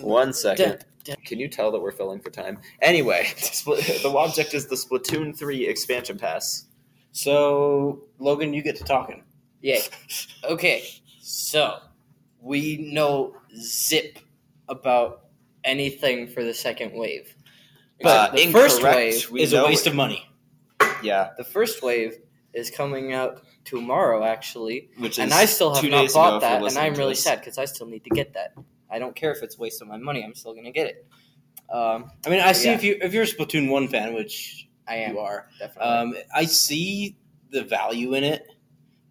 One second. Can you tell that we're filling for time? Anyway, Spl- the object is the Splatoon three expansion pass.
So, Logan, you get to talking.
Yeah. Okay. So we know zip about anything for the second wave.
But
But the first
incorrect.
wave
We
it's a
know
waste
it.
of money.
Yeah,
the first wave is coming out tomorrow actually.
which is
And I still have
two
not
days ago
bought
if
that
you're
and I'm
listening to
really
this.
sad because I still need to get that. I don't care if it's a waste of my money, I'm still gonna get it. Um
I mean, I see
Yeah.
if you if you're a Splatoon one fan, which
I am
you are.
definitely
Um, I see the value in it,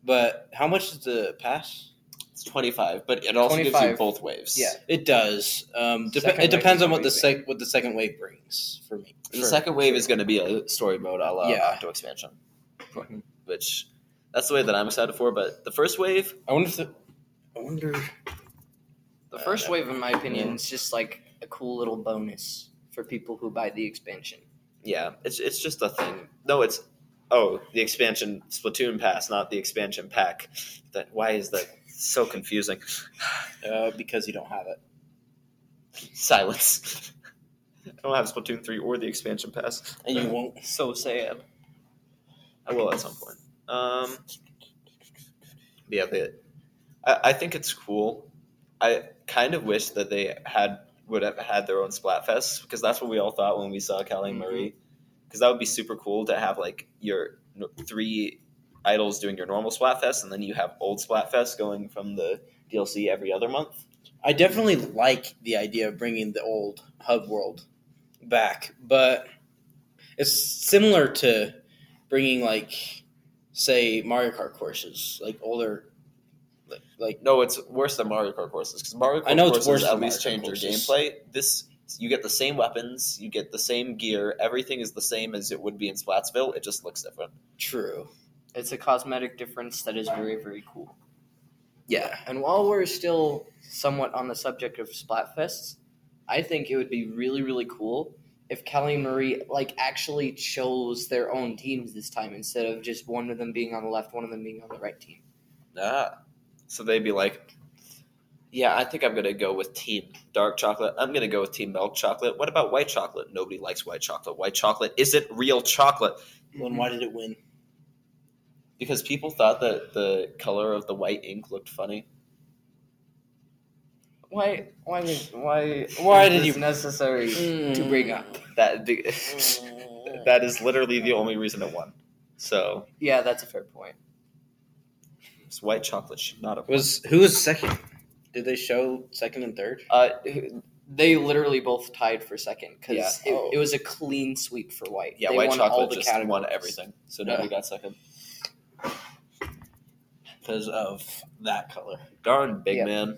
but how much is the pass?
It's 25, but it also gives you
25.
both waves.
Yeah.
It does. Um, dep-
Second
it
wave
depends
is
on what the
amazing.
sec- what the second wave brings for me.
The
For-
second wave is going to be a story mode a la
Yeah.
Octo Expansion,
Mm-hmm.
which that's the way that I'm excited for. But the first wave,
I wonder if the, I wonder.
The
Uh,
first
that-
wave, in my opinion, is just like a cool little bonus for people who buy the expansion.
yeah, it's, it's just a thing. No, it's, oh, the expansion Splatoon pass, not the expansion pack. That Why is that so confusing?
Uh, because you don't have it.
Silence. I don't have Splatoon 3 or the expansion pass.
And you won't.
So sad. I will at some point. Um, but yeah, they, I, I think it's cool. I kind of wish that they had would have had their own Splatfest because that's what we all thought when we saw Callie and
Mhm.
Marie. Because that would be super cool to have like your n- three idols doing your normal Splatfest, and then you have old Splatfest going from the DLC every other month.
I definitely like the idea of bringing the old hub world back, but it's similar to bringing like, say, Mario Kart courses, like older, like like
No, it's worse than Mario Kart courses because Mario Kart
I know it's
courses
worse
at
than
least
Mario Kart
change your
courses.
gameplay. This you get the same weapons, you get the same gear, everything is the same as it would be in Splatsville. It just looks different.
true.
It's a cosmetic difference that is very, very cool.
Yeah,
And while we're still somewhat on the subject of Splatfests, I think it would be really, really cool if Kelly and Marie like actually chose their own teams this time instead of just one of them being on the left, one of them being on the right team.
Ah, so they'd be like, "Yeah, I think I'm gonna go with Team Dark Chocolate. I'm gonna go with Team Milk Chocolate. What about White Chocolate? Nobody likes White Chocolate. White Chocolate isn't real chocolate
Well, and why did it win?
because people thought that the color of the white ink looked funny.
Why? Why did? Why?
Why
is
did
this
you-
necessary to bring up?
That be- that is literally the only reason it won. So."
Yeah, that's a fair point.
It's white chocolate should not have.
Was who was second? Did they show second and third?
Uh, they literally both tied for second because
Yeah.
it,
Oh.
it was a clean sweep for White.
Yeah,
they
white
won
chocolate
all the
just
categories.
won everything, so nobody got second.
Because of that color.
Darn big
Yeah.
man!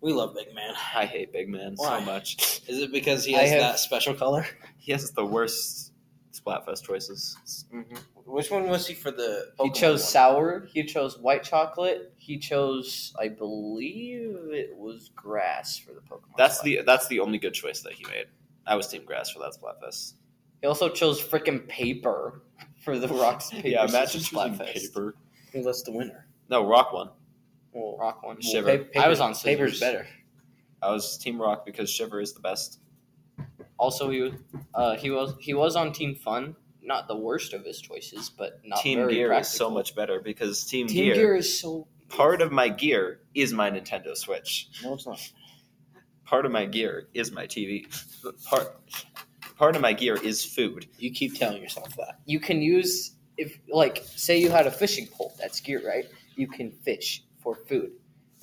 We love Big Man.
I hate big man
Why?
so much.
Is it because he
I
has
have-
that special color?
He has the worst Splatfest choices.
Mm-hmm.
Which one was he for the?
He
Pokemon
chose
one?
sour. He chose white chocolate. He chose, I believe, it was grass for the Pokemon.
That's
Splatfest.
the that's the only good choice that he made. I was Team Grass for that Splatfest.
He also chose freaking paper for the rocks. Paper,
yeah, imagine
scissors,
choosing
Splatfest.
paper.
Well, that's the winner.
No, Rock won.
Well, rock one.
Shiver.
Well, pa- I was on
Paper- Paper's
scissors.
better.
I was Team Rock because Shiver is the best.
Also, he was uh, he was he was on Team Fun. Not the worst of his choices, but not
Team
very
Gear is
practical.
so much better because Team,
Team
Gear,
Gear, is so
part of my gear is my Nintendo Switch.
No, it's not.
Part of my gear is my TV. Part part of my gear is food.
You keep telling yourself that.
you can use if like say you had a fishing pole. That's gear, right? You can fish for food,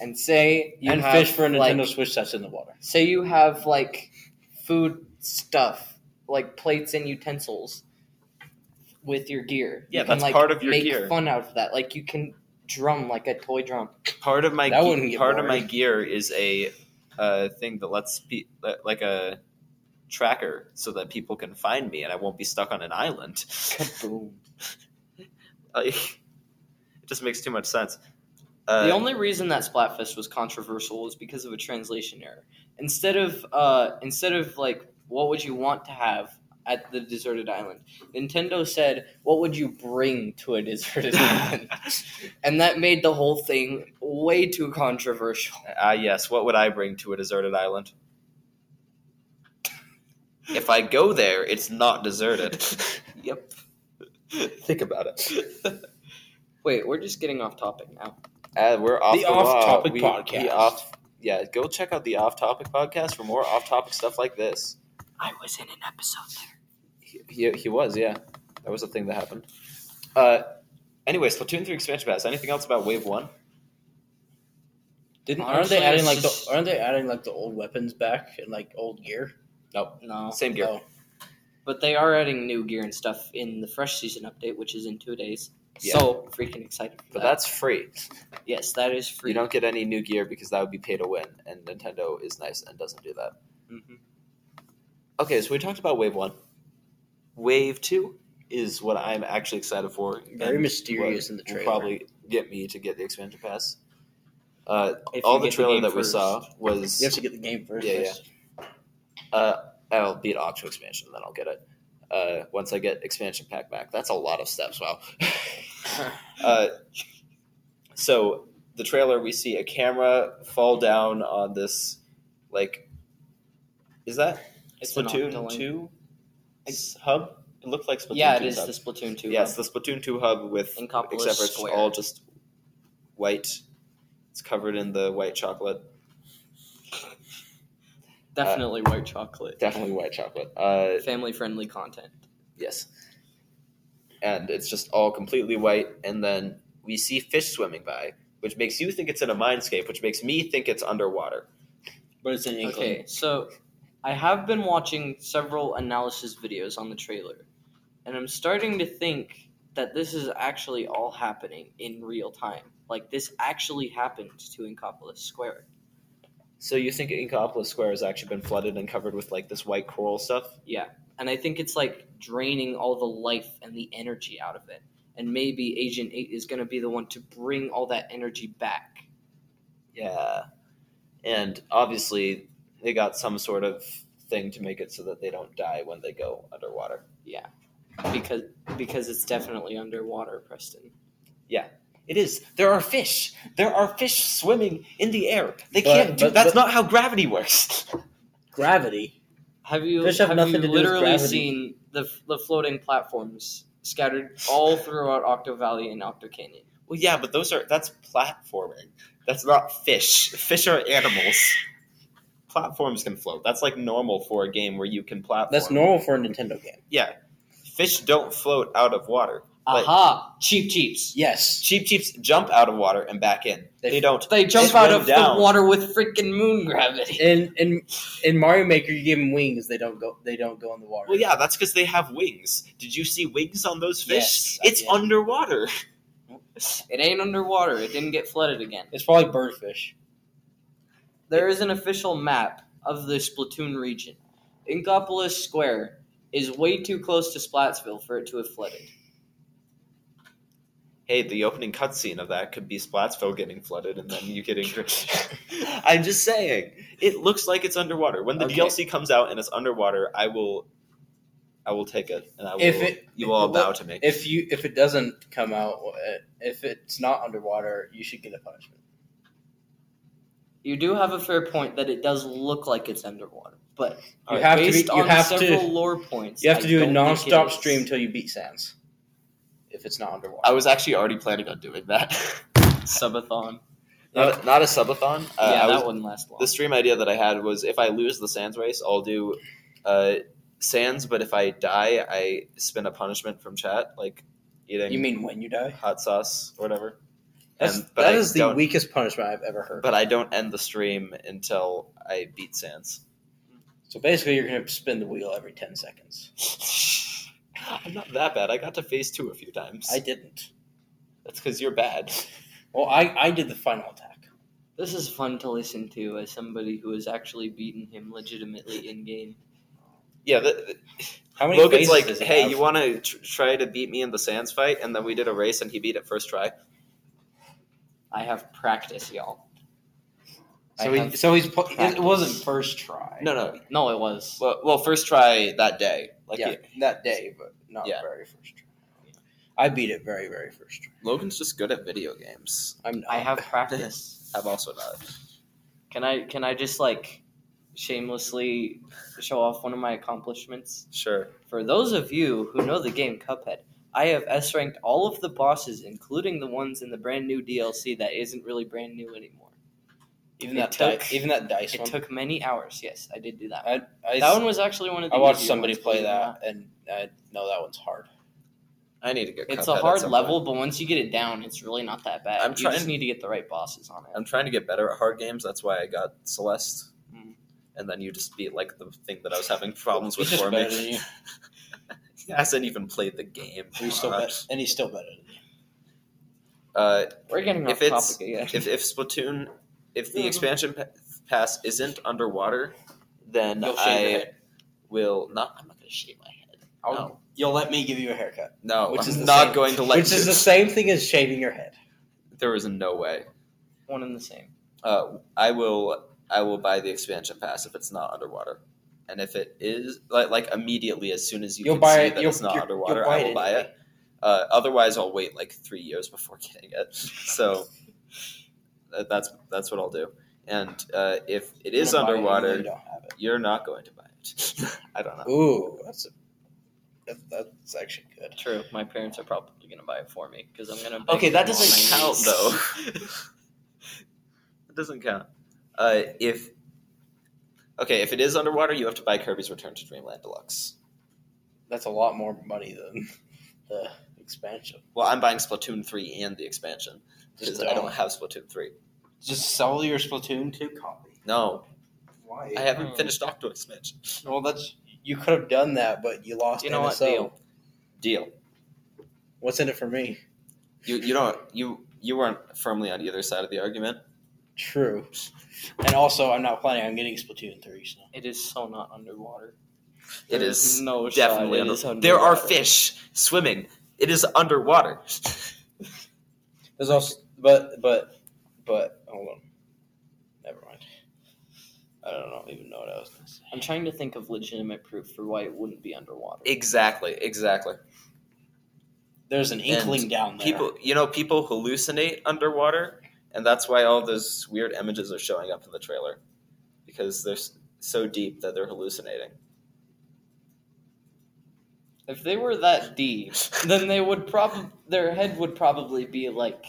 and say you
and
have,
fish for a
like,
Nintendo Switch that's in the water.
Say you have like food stuff, like plates and utensils, with your gear.
Yeah,
you
that's
like,
part of your
make
gear.
Fun out of that, like you can drum like a toy drum.
Part of my
That
ge-
wouldn't get
part of my
boring.
gear is a uh, thing that lets pe- that- like a tracker so that people can find me and I won't be stuck on an island.
Boom.
Like, it just makes too much sense. Uh,
the only reason that Splatfest was controversial was because of a translation error. Instead of uh, instead of like what would you want to have at the deserted island, Nintendo said what would you bring to a deserted
Uh,
island, and that made the whole thing way too controversial.
Ah, yes. What would I bring to a deserted island? If I go there, it's not deserted. yep. Think about it.
Wait, we're just getting off topic now.
Uh, we're off
The
the, wall.
off-topic
We-
podcast.
the off- yeah, go check out the off-topic podcast for more off-topic stuff like this.
I was in an episode there.
He, he, he was, yeah. That was a thing that happened. Uh, anyway, Splatoon three expansion pass. Anything else about Wave One?
Didn't
Honestly,
aren't they adding
it's
like
just-
the aren't they adding like the old weapons back and like old gear?
Nope.
No.
Same gear.
No.
But they are adding new gear and stuff in the fresh season update, which is in two days.
Yeah.
So freaking excited for
But
that.
that's free.
yes, that is free.
You don't get any new gear because that would be pay to win, and Nintendo is nice and doesn't do that.
Mhm.
Okay, so we talked about Wave One. Wave Two is what I'm actually excited for.
Very
and
mysterious
what
in the
will
trailer.
Probably get me to get the expansion pass. Uh,
If
all
you
the
get the
trailer
game
that we
first.
saw was
You have to get the game first.
Yeah, yeah. uh, I'll beat Octo expansion, then I'll get it. Uh, once I get expansion pack back, that's a lot of steps. Wow. uh, so the trailer, we see a camera fall down on this, like, is that
It's an
Splatoon
octoling.
two s- hub? It looked like Splatoon.
yeah, it
2
is
hub.
the Splatoon two.
Yeah, it's
hub.
the Splatoon two hub with
Incopolis
except for it's
Square.
all just white. It's covered in the white chocolate.
definitely white chocolate.
Definitely white chocolate. Uh,
Family friendly content.
Yes. And it's just all completely white, and then we see fish swimming by, which makes you think it's in a mindscape, which makes me think it's underwater.
But it's an inkling.
Okay, so I have been watching several analysis videos on the trailer, and I'm starting to think that this is actually all happening in real time. Like this actually happened to Incopolis Square.
So you think Inkopolis Square has actually been flooded and covered with like this white coral stuff?
and I think it's like draining all the life and the energy out of it. And maybe Agent Eight is going to be the one to bring all that energy back.
Yeah. And obviously, they got some sort of thing to make it so that they don't die when they go underwater.
Yeah, because because it's definitely underwater, Preston.
It is. There are fish. There are fish swimming in the air. They
But-
can't do.
but-
that's
but-
not how gravity works.
Gravity.
Have you
Fish have
have
nothing
you
to do with
literally
gravity.
seen the the floating platforms scattered all throughout Octo Valley and Octo Canyon?
Well, yeah, but those are that's platforming. That's not fish. Fish are animals. Platforms can float. That's like normal for a game where you can platform.
That's normal for a Nintendo game.
Yeah, fish don't float out of water. But-
Aha! Cheap cheeps.
Yes.
Cheap cheeps jump out of water and back in. They,
They-
don't.
They jump
swim
out of
down.
the water with freaking moon gravity.
In in in Mario Maker, you give them wings. They don't go. They don't go in the water.
Well, yeah, that's because they have wings. Did you see wings on those fish?
Yes, I
it's
did.
underwater.
It ain't underwater. It didn't get flooded again.
It's probably birdfish.
There is an official map of the Splatoon region. Inkopolis Square is way too close to Splatsville for it to have flooded.
Hey, the opening cutscene of that could be Splatsville getting flooded and then you getting. I'm just saying, it looks like it's underwater. When the
Okay.
DLC comes out and it's underwater, I will, I will take it and I will.
If it-
you all
well,
bow to me.
If you if it doesn't come out, uh, if it's not underwater, you should get a punishment.
You do have a fair point that it does look like it's underwater, but
You
have to be-
based
you
on
have to-
several lore points,
You have to
I
do a
don't think it
non-stop
is.
stream till you beat Sans. If it's not underwater,
I was actually already planning on doing that.
subathon.
not, a, not a subathon. Uh,
yeah,
I was-
that wouldn't last long.
the stream idea that I had was if I lose the sands race, I'll do uh, sands, but if I die, I spin a punishment from chat, like eating
you mean when you die?
hot sauce or whatever.
That's,
And- Um, but
that
I
is the
don't-
weakest punishment I've ever heard.
But I don't end the stream until I beat sands.
so basically, you're going to spin the wheel every ten seconds.
I'm not that bad. I got to phase two a few times.
I didn't.
That's because you're bad.
Well, I I did the final attack.
This is fun to listen to as somebody who has actually beaten him legitimately in game.
Yeah, the, the-
How many?
Logan's
phases
like,
does it
hey,
have?
you want to tr- try to beat me in the sands fight? And then we did a race, and he beat it first try.
I have practice, y'all. I
So, he,
have-
so he's pu- it
practice.
wasn't first try.
No, no.
no, it was.
Well, well, first try that day. Like,
yeah, that day, but not
Yeah.
very first try. I beat it very very first try.
Logan's just good at video games.
I'm not.
I have practice.
I'm also not.
Can I? Can I just like shamelessly show off one of my accomplishments?
Sure.
For those of you who know the game Cuphead, I have S ranked all of the bosses, including the ones in the brand new DLC that isn't really brand new anymore.
even
it
that
took-
di- even that dice
It
one.
took many hours. Yes, I did do that.
I, I,
that one was actually one of the.
I watched
easier
somebody
ones,
play
believe it or not.
that, and I know that one's hard.
I need to get.
It's
Cuphead
a
at
hard
some
level,
point.
but once you get it down, it's really not that bad.
I'm
you
trying-
just need to get the right bosses on it.
I'm trying to get better at hard games. That's why I got Celeste.
Mm.
Mhm.
And then you just beat like the thing that I was having problems with
He's just
for
better than
me.
you.
I hasn't even played the game.
He's still
God.
better, and he's still better than you.
Uh,
We're getting off
if it's
topic again.
if, if Splatoon, if the expansion pa- pass isn't underwater, then
You'll shave your
I
head.
will not. I'm not gonna shave my head.
I'll-
No.
You'll let me give you a haircut,
No,
Which
I'm
is the
not
same-
going to let.
which
you.
is the same thing as shaving your head.
There is no way.
One and the same.
Uh, I will I will buy the expansion pass if it's not underwater, and if it is like like immediately as soon as you
You'll
can
buy
see
it-
that
you'll-
it's not
you'll-
underwater,
you'll buy
I
it
will buy
anyway.
it. Uh, otherwise, I'll wait like three years before getting it. So that- that's that's what I'll do. And uh, if it is
You'll buy it even though
underwater,
You don't have it.
you're not going to buy it. I don't know.
Ooh, that's a, that- that's actually good.
True. My parents are probably gonna buy it for me because I'm gonna. beg
Okay, that
them on
doesn't
my
count
knees.
though. it doesn't count. Uh, if okay, if it is underwater, you have to buy Kirby's Return to Dreamland Deluxe.
That's a lot more money than the expansion.
Well, I'm buying Splatoon three and the expansion because
Just
I don't
don't.
have Splatoon three.
Just sell your Splatoon two copy.
No,
Why?
I haven't finished Octo Expansion.
Well, that's you could have done that, but you lost.
You know what?
NSO.
Deal.
Deal.
What's in it for me?
You you don't you you weren't firmly on either side of the argument.
True, and also I'm not planning on getting Splatoon three. So
It is so not underwater.
It
There's
is
no shot
definitely
it
under-
is
There are
underwater.
fish swimming. It is underwater.
there's also, but but but hold on. Never mind. I don't know, even know what I was going to say.
I'm trying to think of legitimate proof for why it wouldn't be underwater.
exactly. Exactly.
There's an inkling
And
down there.
people you know people hallucinate underwater and that's why all those weird images are showing up in the trailer because they're s- so deep that they're hallucinating
If they were that deep, then they would probably their head would probably be like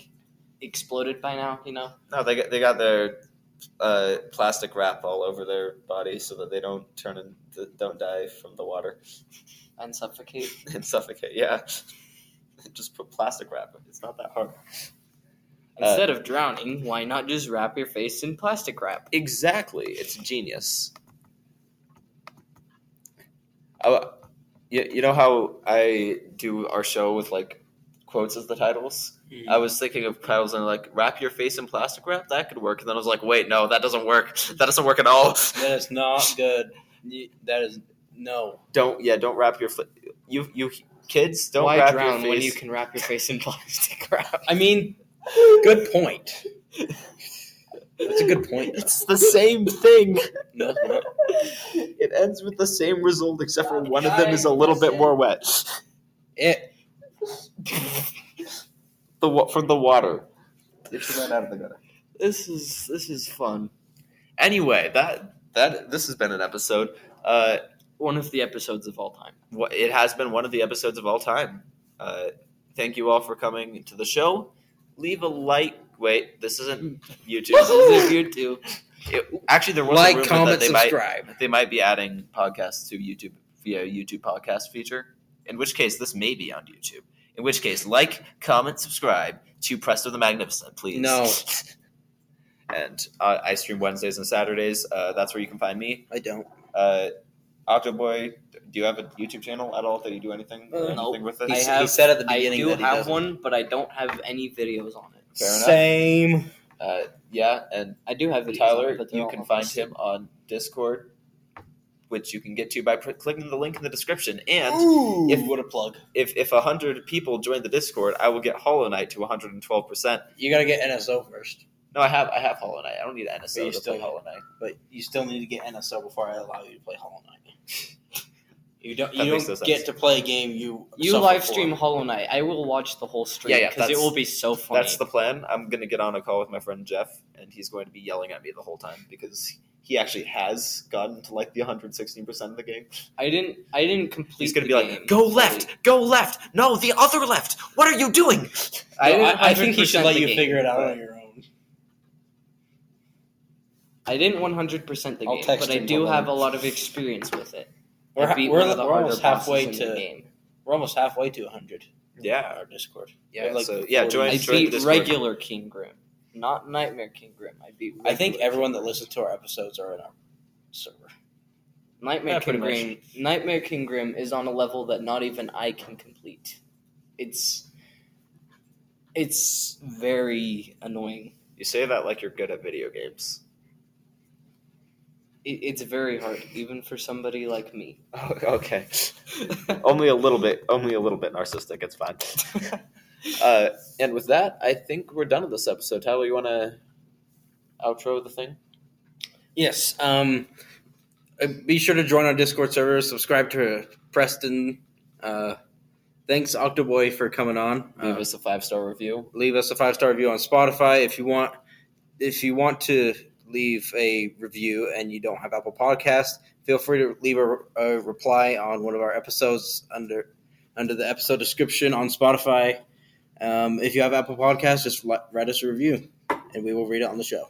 exploded by now. You know.
no they got, they got their uh, plastic wrap all over their body so that they don't turn and th- don't die from the water
And suffocate.
and suffocate yeah just put plastic wrap it's not that hard Uh,
Instead of drowning, why not just wrap your face in plastic wrap?
exactly it's genius I, you, you know how i do our show with like quotes as the titles I was thinking of titles and like wrap your face in plastic wrap. That could work. And then I was like, wait, no, that doesn't work. That doesn't work at all.
That is not good. You- That is No.
Don't yeah, don't wrap your fl- you you kids don't
Why
wrap
drown
your face.
when you can wrap your face in plastic wrap?
I mean, good point. That's a good point.
It's the same thing.
No, it's not.
It ends with the same result, except for one of them is a little bit more wet.
It,
The wa- from the water. It's right out of the gutter.
this is this is fun.
Anyway, that that this has been an episode. Uh,
One of the episodes of all time.
wha- it has been one of the episodes of all time. Uh, thank you all for coming to the show. Leave a like. Wait, this isn't YouTube.
This is
This
if
is-
you too.
it- actually, there was a
like,
rumor that
comment,
they might
subscribe.
they might be adding podcasts to YouTube via YouTube podcast feature. In which case, this may be on YouTube. In which case, like, comment, subscribe to Presto the Magnificent, please.
No.
and uh, I stream Wednesdays and Saturdays. Uh, that's where you can find me.
I don't.
Uh, Octo Boy, do you have a YouTube channel at all that you do anything,
Uh,
anything
nope.
with it?
He,
I
s- he
have-
said at the
I
beginning
do
that he
have
doesn't.
one, but I don't have any videos on it.
Fair enough.
Same.
Uh, yeah, and
I do have videos on
Tyler,
it, but they're
you
all
can
on
find
this.
him on Discord, which you can get to by pr- clicking the link in the description. And
If what a plug.
if if 100 people join the discord i will get hollow knight to 112%
You gotta get NSO first,
no i have i have hollow knight i don't need nso
But you
to
still-
play hollow knight
but you still need to get NSO before I allow you to play Hollow Knight. You don't.
That
You
makes
don't
no
get
sense.
to play a game you
You
suffer
live
for.
stream Hollow Knight. I will watch the whole stream
Yeah, yeah,
because it
that's-
will be so funny.
that's the plan i'm going to get on a call with my friend jeff and he's going to be yelling at me the whole time because he actually has gotten to like the 116% of the game
I didn't. I didn't complete.
he's going to be
the
like
game.
go left go left no the other left what are you doing
I,
I didn't
I, I think he should
100%
let
the
you
game,
figure it out
but-
on your own.
I didn't 100 percent the
I'll
game,
text
but I
him
do
when
have a
I'm-
lot of experience with it. I
We're, ha-
beat
we're,
one of the
we're
harder
almost halfway
bosses in the
to
game.
we're almost halfway to 100.
yeah
our Discord.
yeah
Like,
so yeah join,
I
join the
beat
discord
regular King Grim, not Nightmare King Grim. I beat.
I think
regular
everyone
King
that
Grim.
listens to our episodes are in our server.
Nightmare
Yeah,
King
pretty
Grim. Nightmare King Grim is on a level that not even I can complete. It's it's very annoying.
you say that like you're good at video games
It, it's very hard, even for somebody like me.
Oh, okay.
Oh.
only a little bit. Only a little bit narcissistic. It's fine. uh, and with that, I think we're done with this episode. Tyler, you want to outro the thing?
Yes. Um, uh, be sure to join our Discord server. Subscribe to Preston. Uh, thanks, Octoboy, for coming on.
Leave
Uh,
us a five star review.
leave us a five star review on Spotify if you want. If you want to leave a review and you don't have Apple Podcast, feel free to leave a, a reply on one of our episodes under under the episode description on Spotify. Um, if you have Apple Podcast, just li- write us a review, and we will read it on the show.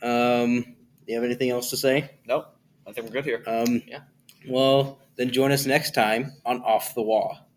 Um, do you have anything else to say?
Nope. I think we're good here.
Um,
Yeah.
Well, then join us next time on Off the Wall.